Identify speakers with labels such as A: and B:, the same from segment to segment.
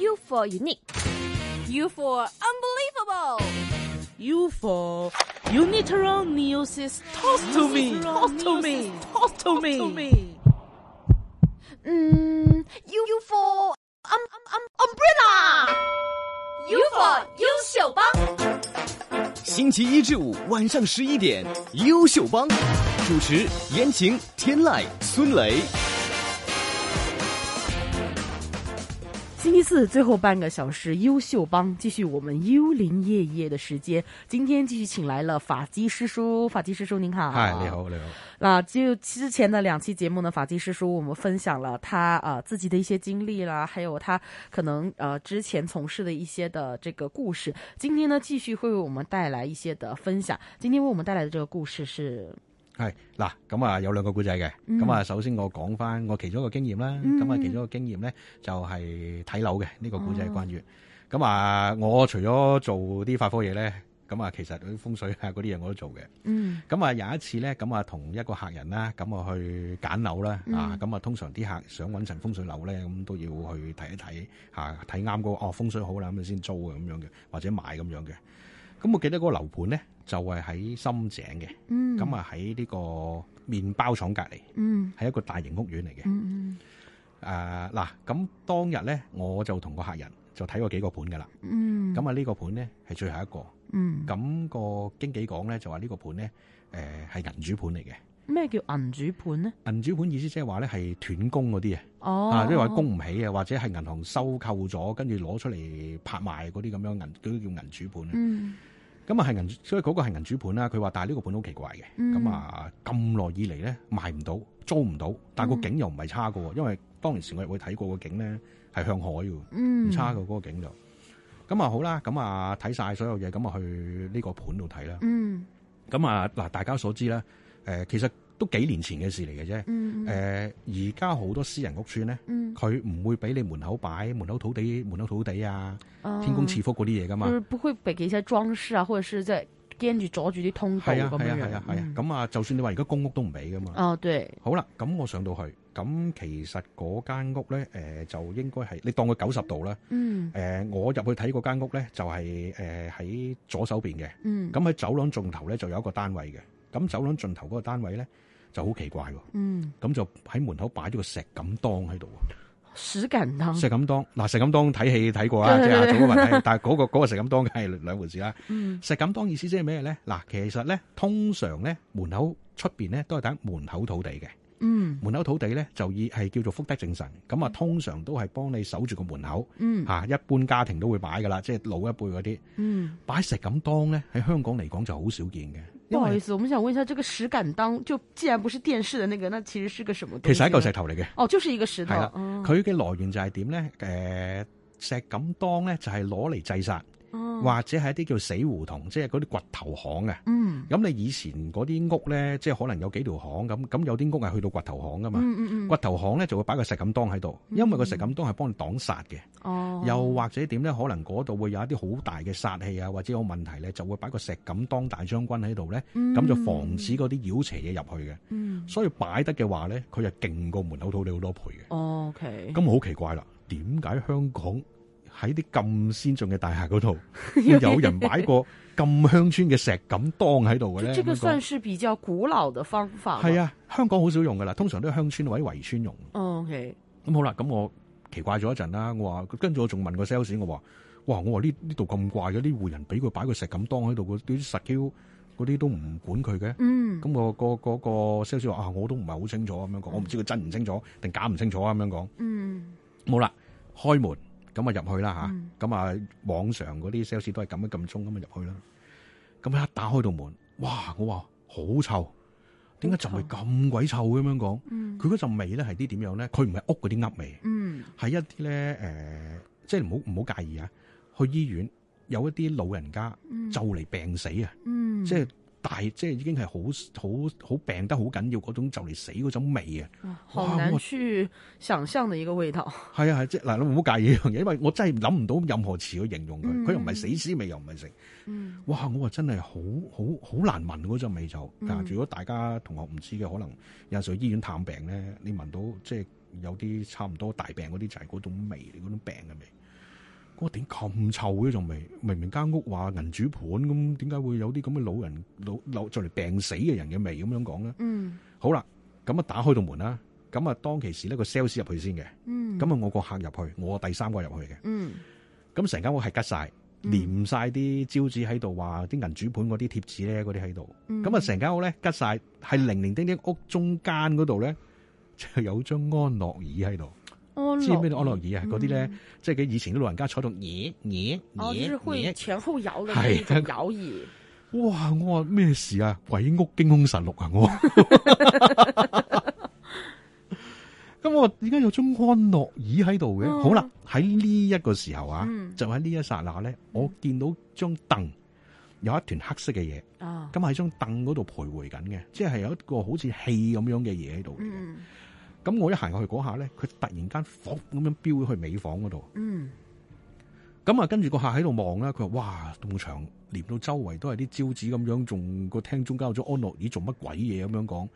A: U for unique, U for unbelievable,
B: You for unilateral neosis. Toss to me. Toss to me. Toss to me.
A: 嗯，U U Mm, for um um um umbrella, U for 优秀帮。
C: 星期一至五晚上十一点，优秀帮主持：言情、天籁、孙雷。
B: 星期四最后半个小时，优秀帮继续我们幽灵夜夜的时间。今天继续请来了法基师叔，法基师叔您好。
D: 嗨，你。好，你好。
B: 那就之前的两期节目呢，法基师叔我们分享了他呃自己的一些经历啦，还有他可能呃之前从事的一些的这个故事。今天呢，继续会为我们带来一些的分享。今天为我们带来的这个故事是，
D: 係嗱，咁啊有兩個古仔嘅，咁啊首先我講翻我其中一個經驗啦，咁啊其中一個經驗咧就係睇樓嘅呢個古仔關於，咁啊我除咗做啲法科嘢咧，咁啊其實嗰啲風水啊嗰啲嘢我都做嘅，
B: 嗯
D: 咁啊有一次咧，咁啊同一個客人啦，咁啊去揀樓啦，
B: 嗯
D: 啊咁啊通常啲客想揾層風水樓咧，咁都要去睇一睇嚇，睇啱嗰個哦風水好啦，咁先租嘅咁樣嘅，或者買咁樣嘅。咁我記得嗰個樓盤咧就係喺深井嘅。
B: 嗯
D: 咁啊喺呢個麵包廠隔離，
B: 嗯
D: 係一個大型屋苑嚟嘅。
B: 嗯嗯
D: 誒嗱、咁當日咧我就同個客人就睇過幾個盤噶啦。
B: 嗯
D: 咁啊呢個盤咧係最後一個。
B: 嗯
D: 咁、個經紀講咧就話呢個盤咧誒係銀呃主盤嚟嘅。
B: 咩叫銀主盤呢？
D: 銀主盤意思即係話咧係斷供嗰啲啊，
B: 哦，
D: 啊即係話供唔起啊，或者係銀行收購咗，跟住攞出嚟拍賣嗰啲咁樣銀，嗰啲叫銀主盤啊。
B: 嗯
D: 咁啊係銀主，所以嗰個係銀主盤啦。佢話，但係呢個盤好奇怪嘅，
B: 嗯
D: 咁啊咁耐以嚟咧賣唔到，租唔到，
B: 嗯
D: 但係個景又唔係差嘅喎，因為當時我入去睇過個景咧係向海嘅喎，
B: 嗯
D: 唔差嘅嗰個景就。咁啊好啦，咁啊睇晒所有嘢，咁啊去呢個盤度睇啦。
B: 嗯
D: 咁啊嗱，大家所知啦，誒、其實都幾年前嘅事嚟嘅啫。
B: 嗯
D: 誒而家好多私人屋邨咧，
B: 嗯
D: 佢唔會俾你門口擺門口土地、門口土地啊、
B: 嗯
D: 天公賜福嗰啲嘢噶嘛
B: 就。是不會俾幾些裝飾啊，或者是即係驚住阻住啲通道
D: 係啊
B: 咁樣
D: 係啊
B: 樣
D: 係啊係啊
B: 嗯，
D: 咁啊就算你話而家公屋都唔俾噶嘛。
B: 哦對，
D: 好啦，咁我上到去，咁其實嗰間屋咧，誒、就應該係你當佢九十度啦。
B: 嗯
D: 誒、我入去睇嗰間屋咧，就係誒喺左手邊嘅。
B: 嗯
D: 咁喺走廊盡頭咧就有一個單位嘅。咁走廊盡頭嗰個單位咧就好奇怪喎，
B: 嗯
D: 咁就喺門口擺咗個石錦當喺度喎。
B: 石敢 當，
D: 石錦當嗱，石錦當睇戲睇過啦，即
B: 對
D: 係
B: 對
D: 早嗰排睇，但係嗰、個嗰、個石錦當梗係兩回事啦。
B: 嗯
D: 石錦當意思即係咩咧？嗱，其實咧通常咧門口出邊咧都係等門口土地嘅。
B: 嗯
D: 門口土地咧就以係叫做福德正神，咁啊通常都係幫你守住個門口
B: 嗯
D: 嚇、一般家庭都會擺噶啦，即係老一輩嗰啲
B: 嗯，
D: 擺石錦當咧喺香港嚟講就好少見嘅，
B: 不
D: 因
B: 好意
D: 為
B: 思，我們想問一下，這個石敢當就既然不是電視的那個，那其實是個什麼東西
D: 其
B: 呢？
D: 實係一嚿石頭嚟嘅，
B: 哦，就是一個石頭
D: 係啦，
B: 嗯
D: 佢嘅來源就係點咧？誒、石錦當咧就係攞嚟祭殺，
B: 嗯
D: 或者係一啲叫死胡同，即係嗰啲掘頭巷嘅。
B: 嗯
D: 咁你以前嗰啲屋咧，即係可能有幾條巷咁，咁有啲屋係去到掘頭巷噶嘛，
B: 嗯嗯嗯，嗯
D: 掘頭巷咧就會擺個石錦當喺度，因為個石錦當係幫你擋殺嘅。
B: 哦，
D: 又或者點咧？可能嗰度會有一啲好大嘅殺氣啊，或者有問題咧，就會擺個石敢當大將軍喺度咧，
B: 嗯
D: 咁、就防止嗰啲妖邪嘢入去嘅。
B: 嗯
D: 所以擺得嘅話咧，佢係勁過門口土地好多倍嘅。
B: 哦，OK，
D: 咁好奇怪啦，點解香港喺啲咁先進嘅大廈嗰度，
B: 有
D: 會有人擺個咁鄉村嘅石敢當喺度嘅
B: 就
D: 咧？
B: 这個
D: 咁樣講
B: 算是比較古老的方法。
D: 係，啊，香港好少用噶啦，通常都係鄉村或者圍村用。
B: 哦，OK，
D: 咁好啦，咁我奇怪咗一陣啦，我話跟住我仲問個 sales，我話：哇，我話呢呢度咁怪嘅，啲戶人俾佢擺個石咁當喺度，嗰啲實 Q 嗰啲都唔管佢嘅。
B: 嗯
D: 咁我個個個 sales 話：啊，我都唔係好清楚咁樣講，我唔知佢真唔清楚定假唔清楚啊咁樣講。
B: 嗯
D: 冇啦，開門咁啊入去啦
B: 嗯
D: 吓，咁啊往常嗰啲 sales 都係咁樣咁鐘咁啊入去啦。咁一打開道門，哇！我話好臭，點解陣味咁鬼臭嘅咁樣講？
B: 嗯
D: 佢嗰陣味咧係啲點樣咧？佢唔係屋嗰啲噏味。
B: 嗯
D: 係一啲咧誒，即係唔好唔好介意啊！去醫院有一啲老人家
B: 嗯
D: 就嚟病死啊，
B: 嗯，
D: 即係大即係已經係好好好病得好緊要嗰種就嚟死嗰種味啊！
B: 哇好
D: 哇
B: 難
D: 我
B: 去想象的一個味道。
D: 係啊係即係嗱，你唔好介意呢樣嘢，因為我真係諗唔到任何詞去形容佢，
B: 嗯
D: 佢又唔係死屍味，又唔係成
B: 嗯
D: 哇！我話真係好好好難聞嗰陣味就
B: 嗯
D: 嗱，如果大家同學唔知嘅，可能有時候去醫院探病咧，你聞到即係有啲差唔多大病嗰啲就係嗰種味，嗰種病嘅味。我點咁臭嘅仲未？明明間屋話銀主盤咁，點解會有啲咁嘅老人老老就嚟病死嘅人嘅味咁樣講咧？
B: 嗯
D: 好啦，咁啊打開道門啦，咁啊當其時呢個 sales 入去先嘅，
B: 嗯
D: 咁啊我個客入去，我第三個入去嘅，
B: 嗯
D: 咁成間屋係吉晒，
B: 嗯
D: 黏晒啲招紙喺度，話啲銀主盤嗰啲貼紙咧嗰啲喺度，
B: 嗯
D: 咁啊成間屋咧吉晒，係零零丁丁屋中間嗰度咧 就有張安樂椅喺度。
B: 安
D: 知唔知咩
B: 樂嗯
D: 叫安樂椅啊？嗰啲咧，即係佢以前啲老人家坐到嘢嘢
B: 哦，就是會
D: 嘢
B: 前後搖的那一種
D: 係
B: 搖椅，
D: 哇！我話咩事啊？鬼屋驚凶神錄啊！我咁我話點解有張安樂椅喺度嘅？
B: 嗯
D: 好啦，喺呢一個時候啊，
B: 嗯
D: 就喺呢一剎那咧，我見到張凳有一團黑色嘅嘢，
B: 啊，
D: 咁喺張凳嗰度徘徊緊嘅，即係有一個好似氣咁樣嘅嘢喺度嚟嘅。
B: 嗯
D: 咁、我一行入去嗰下咧，佢突然間伏咁樣飆去尾房嗰度。
B: 嗯
D: 咁啊，跟住個客喺度望啦，佢話：哇，埲牆連到周圍都係啲招紙咁樣，仲個廳中間有咗安樂椅，做乜鬼嘢咁樣講？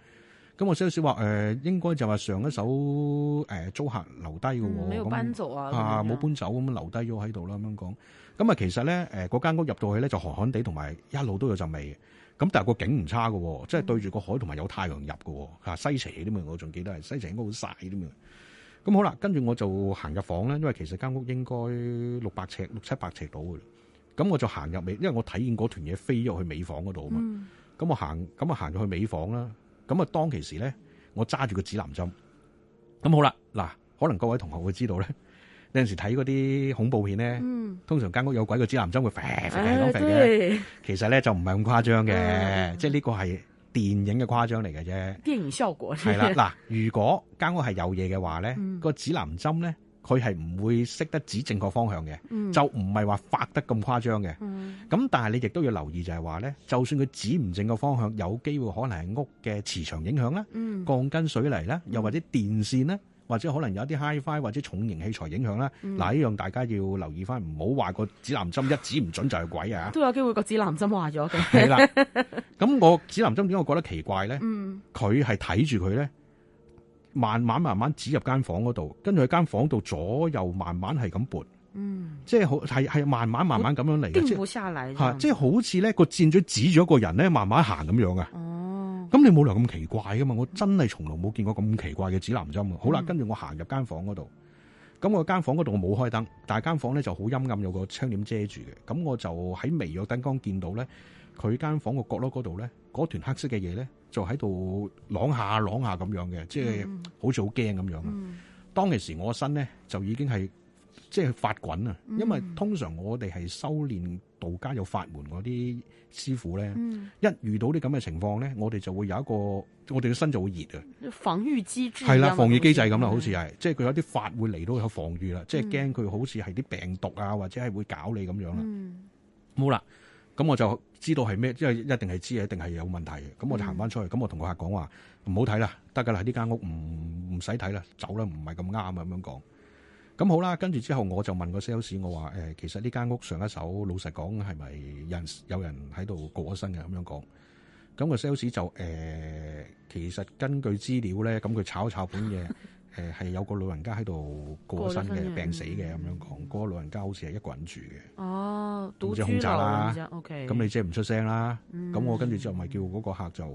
D: 咁我 sales 話：誒、呃應該就話上一手誒、呃租客留低嘅
B: 嗯，
D: 喎，
B: 沒有
D: 咁
B: 搬走啊，
D: 啊
B: 咁樣
D: 冇搬走咁樣留低咗喺度啦，咁樣講。咁啊，其實咧誒嗰間屋入到去咧就寒寒地，同埋一路都有陣味嘅。咁但係個景唔差嘅喎，即係對住個海同埋有太陽入嘅喎，啊西斜啲嘛，我仲記得係西斜應該好曬啲嘛。咁好啦，跟住我就行入房咧，因為其實間屋應該六百尺、六七百尺到嘅啦。咁我就行入尾，因為我睇見嗰團嘢飛咗去尾房嗰度啊嘛。
B: 嗯
D: 咁我行，咁啊行咗去尾房啦。咁啊當其時咧，我揸住個指南針。咁好啦，嗱，可能各位同學會知道咧， 有陣時睇嗰啲恐怖片咧，
B: 嗯，
D: 通常間屋有鬼個指南針會肥肥
B: 哎
D: 咁肥嘅，
B: 對，
D: 其實咧就唔係咁誇張嘅，
B: 嗯
D: 即係呢個係電影嘅誇張嚟嘅啫。
B: 電影效果
D: 係 啦，嗱，如果間屋係有嘢嘅話咧，
B: 嗯
D: 個指南針咧，佢係唔會識得指正確方向嘅，
B: 嗯
D: 就唔係話發得咁誇張嘅。
B: 嗯
D: 咁但係你亦都要留意就係話咧，就算佢指唔正個方向，有機會可能係屋嘅磁場影響啦、
B: 嗯
D: 鋼筋水泥啦，又或者電線啦，或者可能有一啲 HiFi 或者重型器材影響啦。
B: 嗯
D: 嗱、呢樣大家要留意翻，唔好話個指南針一指唔準就係鬼啊！
B: 都有機會個指南針話咗嘅，
D: 係啦， 咁我指南針點解我覺得奇怪咧？
B: 嗯
D: 佢係睇住佢咧，慢慢慢慢指入間房嗰度，跟住喺間房度左右慢慢係咁撥，
B: 嗯，
D: 即係好係係慢慢慢慢咁樣嚟嘅，即
B: 定
D: 係
B: 不下來這
D: 嚇，
B: 樣
D: 即係好似咧個箭嘴指咗個人咧，慢慢行咁樣啊！
B: 哦，
D: 咁你冇理由咁奇怪噶嘛？我真係從來冇見過咁奇怪嘅指南針啊！好啦，
B: 嗯
D: 跟住我行入間房嗰度，咁我間房嗰度我冇開燈，但係間房咧就好陰暗，有個窗簾遮住嘅。咁我就喺微弱燈光見到咧，佢間房個角落嗰度咧，嗰團黑色嘅嘢咧就喺度啷下啷下咁樣嘅，即係
B: 嗯
D: 好似好驚咁樣。啊
B: 嗯
D: 當其時我身咧就已經係即係發滾啊，因為
B: 嗯
D: 通常我哋係修練道家有法門嗰啲師傅咧。
B: 嗯，
D: 一遇到啲咁嘅情況咧，我哋就會有一個，我哋嘅身就會熱啊，
B: 防禦機制
D: 係
B: 一樣
D: 啦，
B: 嘅
D: 防禦機制嗯咁
B: 東
D: 啦，
B: 西
D: 好似係，即係佢有啲法會嚟到有防禦啦，即係驚佢好似係啲病毒啊，或者係會搞你咁樣啦。
B: 嗯
D: 冇啦，咁我就知道係咩，即係一定係知，一定係有問題嘅。咁我就行翻出去，咁我同個客講話唔好睇啦，得㗎啦，呢間屋唔唔使睇啦，走啦，唔係咁啱啊咁樣講。咁好啦，跟住之後我就問個 sales，我話誒、其實呢間屋上一手，老實講係咪有人有人喺度過咗身嘅咁樣講？咁、個 sales 就誒、其實根據資料咧，咁佢炒一炒本嘢，誒、係有個老人家喺度過咗身
B: 過咗身
D: 嘅，
B: 嘅
D: 病死嘅咁樣講。嗰、個老人家好似係一個人住嘅。
B: 哦，獨
D: 咁就
B: 居
D: 控制啦
B: 老人家，OK，
D: 咁你即係唔出聲啦。咁、
B: 咁
D: 我跟住之後咪叫嗰個客就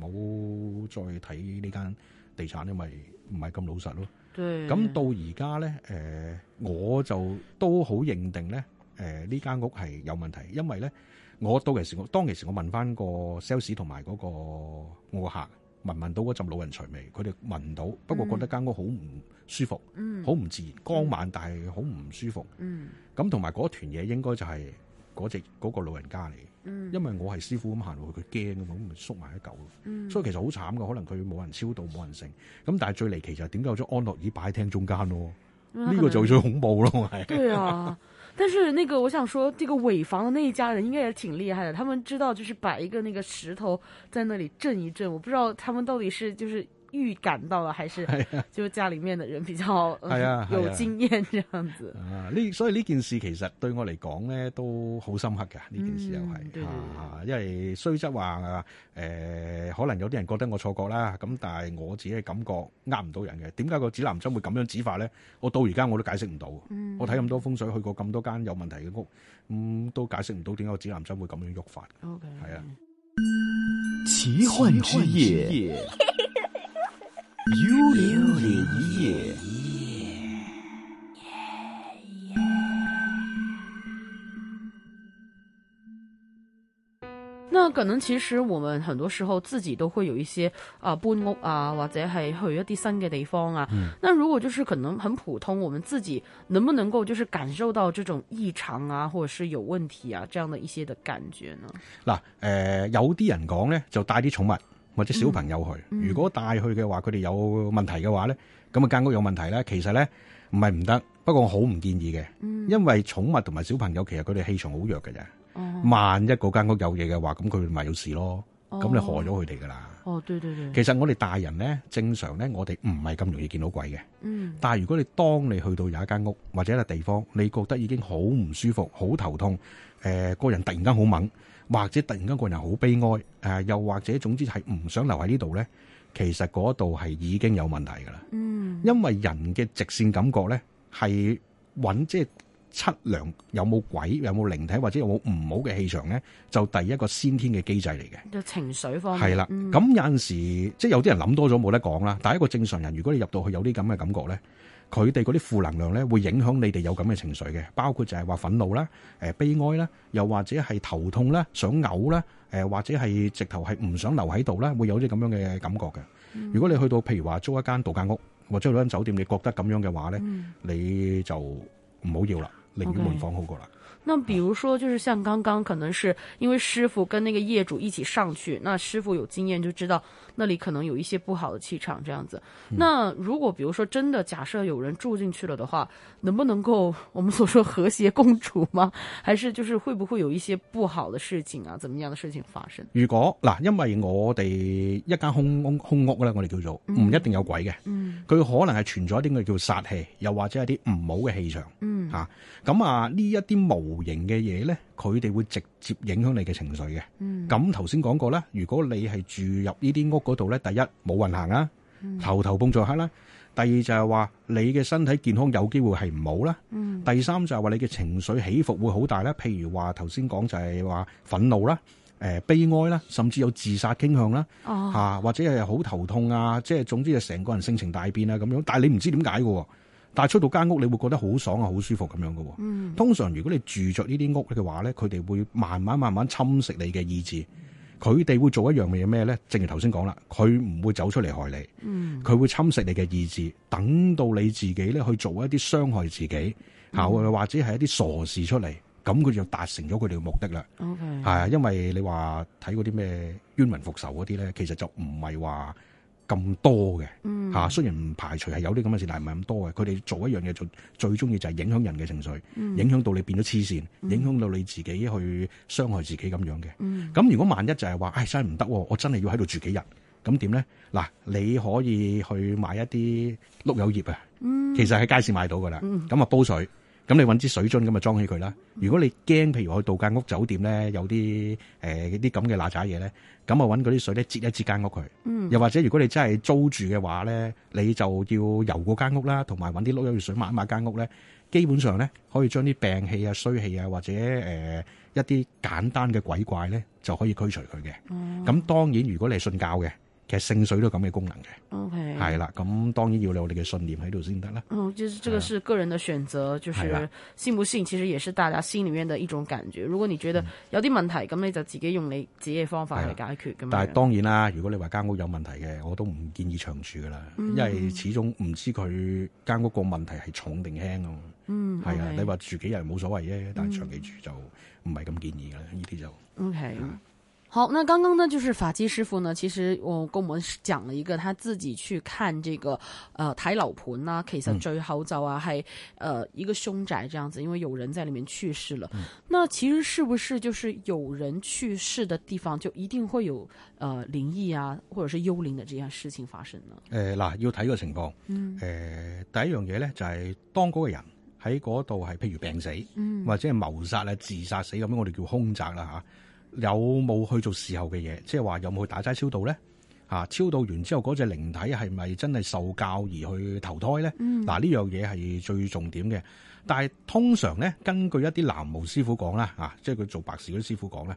D: 唔好再睇呢間地產，因為唔係咁老實咯。
B: 對，
D: 咁到而家咧，誒、我就都好認定咧，誒呢間屋係有問題，因為咧我到其時我當其時我問翻個 sales 同埋嗰個我個客聞唔聞到嗰陣老人除味，佢哋聞到，不過覺得間屋好唔舒服，
B: 嗯
D: 好唔自然，光猛但係好唔舒服。
B: 嗯
D: 咁同埋嗰團嘢應該就係嗰只嗰個老人家嚟嘅。
B: 嗯，
D: 因為我係師傅咁行落去，佢驚啊嘛，咁咪縮埋一嚿咯。
B: 嗯
D: 所以其實好慘噶，可能佢冇人超度，冇人成。咁但係最離奇就係點解有咗安樂椅擺喺廳中間咯？
B: 因為
D: 呢
B: 他
D: 個
B: 可
D: 就
B: 能
D: 最 恐怖咯，係。
B: 对啊， 但是那个我想说，这个尾房的那一家人应该也挺厉害的，他们知道就是摆一个那个石头在那里震一震，我不知道他们到底是就是预感到了，还是就是家里面的人比较、嗯
D: 啊係啊係啊
B: 有经验这样子。
D: 啊！呢所以呢件事其實對我嚟講咧都好深刻嘅，呢件事又
B: 嗯對
D: 係啊，因為雖則話誒，可能有啲人覺得我錯覺啦，咁但係我自己嘅感覺呃唔到人嘅。點解個指南針會咁樣指法咧？我到而家我都解釋唔到。
B: 嗯
D: 我睇咁多風水，去過咁多間有問題嘅屋，咁、嗯都解釋唔到點解個指南針會咁樣喐法。
B: ，OK，
D: 係啊，
C: 奇幻之夜，幽灵夜。
B: 那可能其實我們很多時候自己都會有一些啊、搬屋啊，或者係去一啲新嘅地方啊。那如果就是可能很普通，我們自己能不能夠就是感受到這種異常啊，或者是有問題啊這樣的一些的感覺呢？
D: 嗱誒、呃有啲人講咧就帶啲寵物或者小朋友去，
B: 嗯嗯
D: 如果帶去嘅話，佢哋有問題嘅話咧，咁啊間屋有問題咧，其實咧唔係唔得，不過我好唔建議嘅，
B: 嗯，
D: 因為寵物同埋小朋友其實佢哋氣場好弱嘅啫，
B: 哦，
D: 萬一嗰間屋有嘢嘅話，咁佢咪有事咯，咁你
B: 哦
D: 害咗佢哋噶啦。
B: 哦，對對對，
D: 其實我哋大人咧，正常咧，我哋唔係咁容易見到鬼嘅。
B: 嗯
D: 但係如果你當你去到有一間屋或者一個地方，你覺得已經好唔舒服、好頭痛，誒、個人突然間好猛，或者突然間個人好悲哀，誒、又或者總之係唔想留喺呢度呢，其實嗰度係已經有問題㗎啦。
B: 嗯
D: 因為人嘅直線感覺呢，係揾即係測量有冇鬼、有冇靈體或者有冇唔好嘅氣場呢，就第一個先天嘅機制嚟嘅。
B: 就情緒方面
D: 係啦，
B: 嗯
D: 咁有陣時即係有啲人諗多咗冇得講啦。但係一個正常人，如果你入到去有啲咁嘅感覺咧，佢哋嗰啲負能量咧會影響你哋有咁嘅情緒嘅，包括就係話憤怒啦、誒悲哀啦，又或者係頭痛啦、想嘔啦、誒或者係直頭係唔想留喺度啦，會有啲咁樣嘅感覺嘅。如果你去到譬如話租一間度假屋或者去到間酒店，你覺得咁樣嘅話咧，
B: 嗯
D: 你就唔好要啦，寧願換房好過啦。
B: 那比如说，就是像刚刚可能是因为师傅跟那个业主一起上去，那师傅有经验就知道那里可能有一些不好的气场这样子。
D: 嗯
B: 那如果比如说真的假设有人住进去了的话，能不能够我们所说和谐共处吗？还是就是会不会有一些不好的事情啊，怎么样的事情发生？
D: 如果嗱，因為我哋一間空空空屋咧，我哋叫做
B: 嗯
D: 唔一定有鬼嘅，佢、可能係存在一啲我哋叫殺氣，又或者係啲唔好嘅氣場
B: 嗯
D: 嚇。咁啊，呢一啲無形嘅嘢咧，佢哋會直接影響你嘅情緒嘅。
B: 嗯
D: 咁頭先講過啦，如果你係住入呢啲屋嗰度咧，第一冇運行啦，
B: 嗯
D: 頭頭碰在黑啦；第二就係話你嘅身體健康有機會係唔好啦；
B: 嗯
D: 第三就係話你嘅情緒起伏會好大啦，譬如話頭先講就係話憤怒啦、誒、呃悲哀啦，甚至有自殺傾向啦，嚇、
B: 哦
D: 或者係好頭痛啊，即係總之係成個人性情大變啊咁樣。但係你唔知點解嘅喎，但係出到間屋你會覺得好爽啊，好舒服咁樣嘅喎。
B: 嗯
D: 通常如果你住着呢啲屋嘅話咧，佢哋會慢慢慢慢侵蝕你嘅意志。佢哋會做一樣嘢咩咧？正如頭先講啦，佢唔會走出嚟害你，
B: 嗯
D: 佢會侵蝕你嘅意志，等到你自己咧去做一啲傷害自己嚇，
B: 嗯
D: 或或者係一啲傻事出嚟，咁佢就達成咗佢哋嘅目的啦。
B: ，OK，
D: 係啊，因為你話睇嗰啲咩冤魂復仇嗰啲咧，其實就唔係話咁多嘅
B: 嗯
D: 嚇。雖然唔排除係有啲咁嘅事，但係唔係咁多嘅。佢哋做一樣嘢就最中意就係影響人嘅情緒，
B: 嗯
D: 影響到你變咗黐線，影響到你自己去傷害自己咁樣嘅。
B: 嗯
D: 咁如果萬一就係話，唉真係唔得喎，我真係要喺度住幾日，咁點咧？嗱，你可以去買一啲碌柚葉啊，
B: 嗯
D: 其實喺街市買到噶啦，咁啊煲水。咁你揾支水樽咁啊裝起佢啦。如果你驚，譬如去度假屋酒店咧，有啲誒啲咁嘅嗱喳嘢咧，咁啊揾嗰啲水咧擠一擠間屋佢。
B: 嗯
D: 又或者如果你真係租住嘅話咧，你就要游過間屋啦，同埋揾啲碌柚水抹一抹間屋咧。基本上咧，可以將啲病氣啊、衰氣啊，或者誒、呃一啲簡單嘅鬼怪咧，就可以驅除佢嘅。
B: 哦
D: 咁當然，如果你係信教嘅，其實聖水都有咁嘅功能嘅，
B: ，OK，
D: 係啦。咁當然要有你嘅信念喺度先得啦。
B: 嗯，就是这个是个人的选择，就
D: 係
B: 是
D: 啦
B: 信不信，其實也是大家心裏面的一種感覺。如果你覺得有啲問題，咁你就自己用你自己嘅方法
D: 係
B: 去
D: 嗯啦
B: 解決咁
D: 但係
B: 樣
D: 當然啦，如果你話間屋有問題嘅，我都唔建議長住噶啦，
B: 嗯
D: 因為始終唔知佢間屋個問題係重定輕啊。
B: 嗯，
D: 係啊，
B: OK 嗯
D: 你話住幾日冇所謂啫，但係長期住就唔係咁建議噶啦，呢啲就。
B: OK。好，那刚刚呢，就是法基师傅呢，其实我跟我们讲了一个他自己去看这个呃睇樓盤啦，其實最後就話係呃一個凶宅這樣子，因為有人在裡面去世了。那其實是不是就是有人去世的地方就一定會有呃靈異啊，或者是幽靈的這件事情發生呢？
D: 誒呃嗱，要睇個情況。誒、第一樣嘢咧就係當嗰個人喺嗰度係譬如病死，或者係謀殺啊、自殺死咁樣，我哋叫兇宅啦嚇。有冇去做事後嘅嘢？即係話有冇去打齋超度咧？嚇、超度完之後嗰只靈體係咪真係受教而去投胎咧？嗱、呢樣嘢係最重點嘅。但係通常咧，根據一啲南無師傅講啦，嚇、即係佢做白事嗰啲師傅講咧，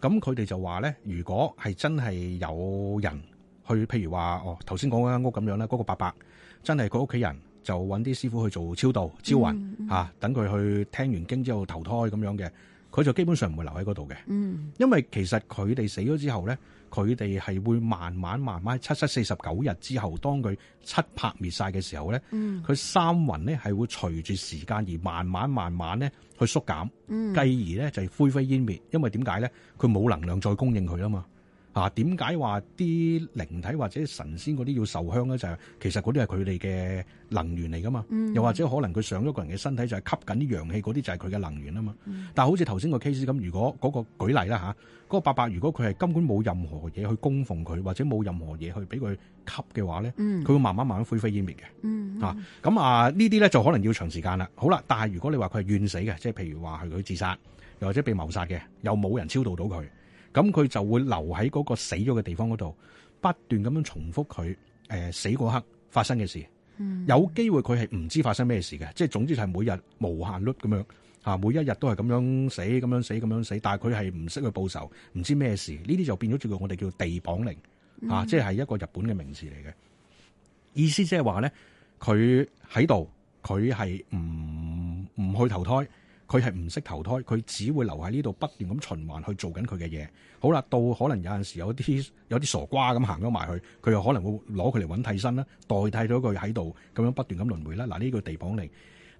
D: 咁佢哋就話咧，如果係真係有人去，譬如話哦頭先講嗰間屋咁樣啦，嗰、個伯伯真係佢屋企人就揾啲師傅去做超度、招魂嚇、啊等佢去聽完經之後投胎咁樣嘅，佢就基本上唔會留喺嗰度嘅，
B: 嗯
D: 因為其實佢哋死咗之後咧，佢哋係會慢慢慢慢七七四十九日之後，當佢七魄滅晒嘅時候咧，
B: 嗯
D: 佢三魂咧係會隨住時間而慢慢慢慢咧去縮減。
B: 嗯
D: 繼而咧就係灰飛煙滅，因為點解咧？佢冇能量再供應佢啊嘛。啊，點解話啲靈體或者神仙嗰啲要受香咧？就係、其實嗰啲係佢哋嘅能源嚟噶嘛。
B: 嗯
D: 又或者可能佢上咗個人嘅身體就係吸緊啲陽氣，嗰啲就係佢嘅能源啊嘛。
B: 嗯
D: 但係好似頭先個 case 咁，如果嗰、個舉例啦嚇，嗰、個伯伯如果佢係根本冇任何嘢去供奉佢，或者冇任何嘢去俾佢吸嘅話咧，
B: 嗯
D: 佢會慢慢慢慢灰飛煙滅嘅。
B: 嗯
D: 啊，咁啊呢啲咧就可能要長時間啦。好啦，但係如果你話佢係怨死嘅，即係譬如話係佢自殺，又或者被謀殺嘅，又冇人超度到佢，咁佢就會留喺嗰個死咗嘅地方嗰度，不斷咁樣重複佢誒、呃死嗰刻發生嘅事。有機會佢係唔知發生咩事嘅，即係總之係每日無限率咁樣。啊！每一日都係咁樣死，咁樣死，咁樣死，但係佢係唔識去報仇，唔知咩事，呢啲就變咗叫做我哋叫地綁靈，啊，即係一個日本嘅名詞嚟嘅。意思即係話咧，佢喺度，佢係唔唔去投胎，佢係唔識投胎，佢只會留喺呢度不斷咁循環去做緊佢嘅嘢。好啦，到可能有陣時有啲有啲傻瓜咁行咗埋去，佢又可能會攞佢嚟揾替身啦，代替咗佢喺度咁樣不斷咁輪迴啦。嗱，呢個地綁嚟。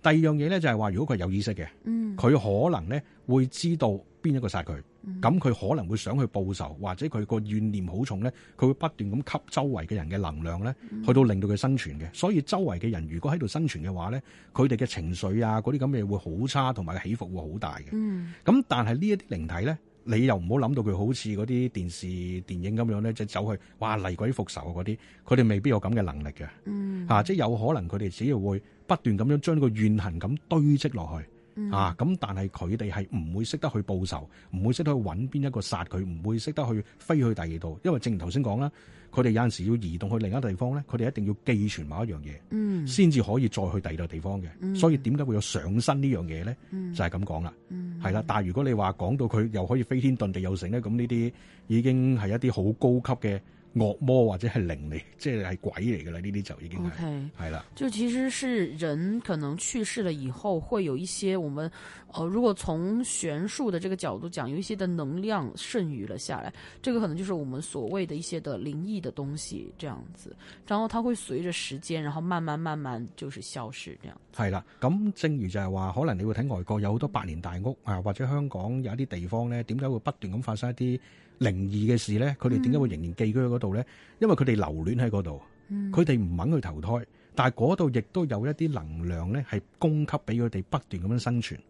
D: 第二樣嘢咧就係話，如果佢係有意識嘅，
B: 嗯
D: 佢可能咧會知道邊一個殺佢，咁佢可能會想去報仇，或者佢個怨念好重咧，佢會不斷咁吸周圍嘅人嘅能量咧，
B: 嗯
D: 去到令到佢生存嘅。所以周圍嘅人如果喺度生存嘅話咧，佢哋嘅情緒啊嗰啲咁嘅嘢會好差，同埋起伏會好大嘅。
B: 嗯
D: 咁但係呢一啲靈體咧，你又唔好諗到佢好似嗰啲電視電影咁樣咧，即係走去哇厲鬼復仇啊嗰啲，佢哋未必有咁嘅能力嘅。
B: 嗯
D: 啊，即係有可能佢哋只要會不斷咁樣將個怨恨咁堆積落去。
B: 嗯
D: 啊，咁但係佢哋係唔會識得去報仇，唔會識得去揾邊一個殺佢，唔會識得去飛去第二度，因為正如頭先講啦，佢哋有陣時要移動去另一個地方咧，佢哋一定要寄存某一樣嘢。
B: 嗯
D: 先至可以再去第二個地方嘅。所以點解會有上身呢樣嘢咧？就係咁講啦，
B: 嗯
D: 係啦、但係如果你話講到佢又可以飛天遁地又成咧，咁呢啲已經係一啲好高級嘅惡魔或者係靈嚟，即係係鬼嚟㗎啦。呢啲就已經係
B: ，OK。
D: 係啦。
B: 就其实是人可能去世了以后，会有一些我们，呃，如果从玄术的这个角度讲，有一些的能量剩余了下来，这个可能就是我们所谓的一些的灵异的东西这样子，然后它会随着时间，然后慢慢慢慢就是消失这样。
D: 係啦，咁正如就係話，可能你會睇外國有好多百年大屋啊，或者香港有一啲地方咧，點解會不斷咁發生一啲靈異嘅事咧？佢哋點解會仍然寄居喺嗰度咧？因為佢哋留戀喺嗰度，佢哋唔肯去投胎，但係嗰度亦都有一啲能量咧，係供給俾佢哋不斷咁樣生存。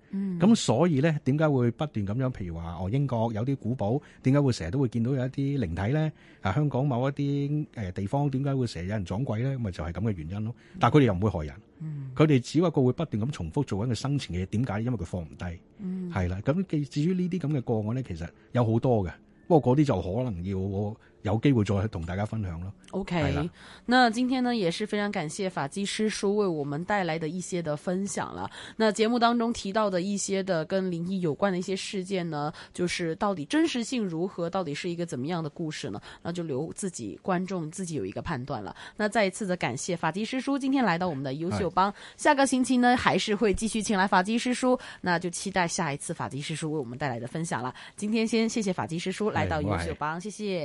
D: 咁所以咧，點解會不斷咁樣？譬如話，哦，英國有啲古堡，點解會成日都會見到有一啲靈體咧？啊，香港某一啲誒、呃地方，點解會成日有人撞鬼咧？咪就係咁嘅原因咯。但係佢哋又唔會害人。佢哋只不過會不斷咁重複做緊佢生前嘅嘢，點解？因為佢放唔低，係啦、咁既至於呢啲咁嘅個案咧，其實有好多嘅，不過嗰啲就可能要我有機會再同大家分享咯。係
B: OK，
D: 啦
B: 那今天呢也是非常感谢法基师叔为我们带来的一些的分享了。那节目当中提到的一些的跟灵异有关的一些事件呢，就是到底真实性如何，到底是一个怎么样的故事呢？那就留自己观众自己有一个判断了。那再一次的感谢法基师叔今天来到我们的优秀帮，下个星期呢还是会继续请来法基师叔，那就期待下一次法基师叔为我们带来的分享了。今天先谢谢法基师叔来到
D: 哎
B: 优
D: 我
B: 秀
D: 爱
B: 帮，谢谢。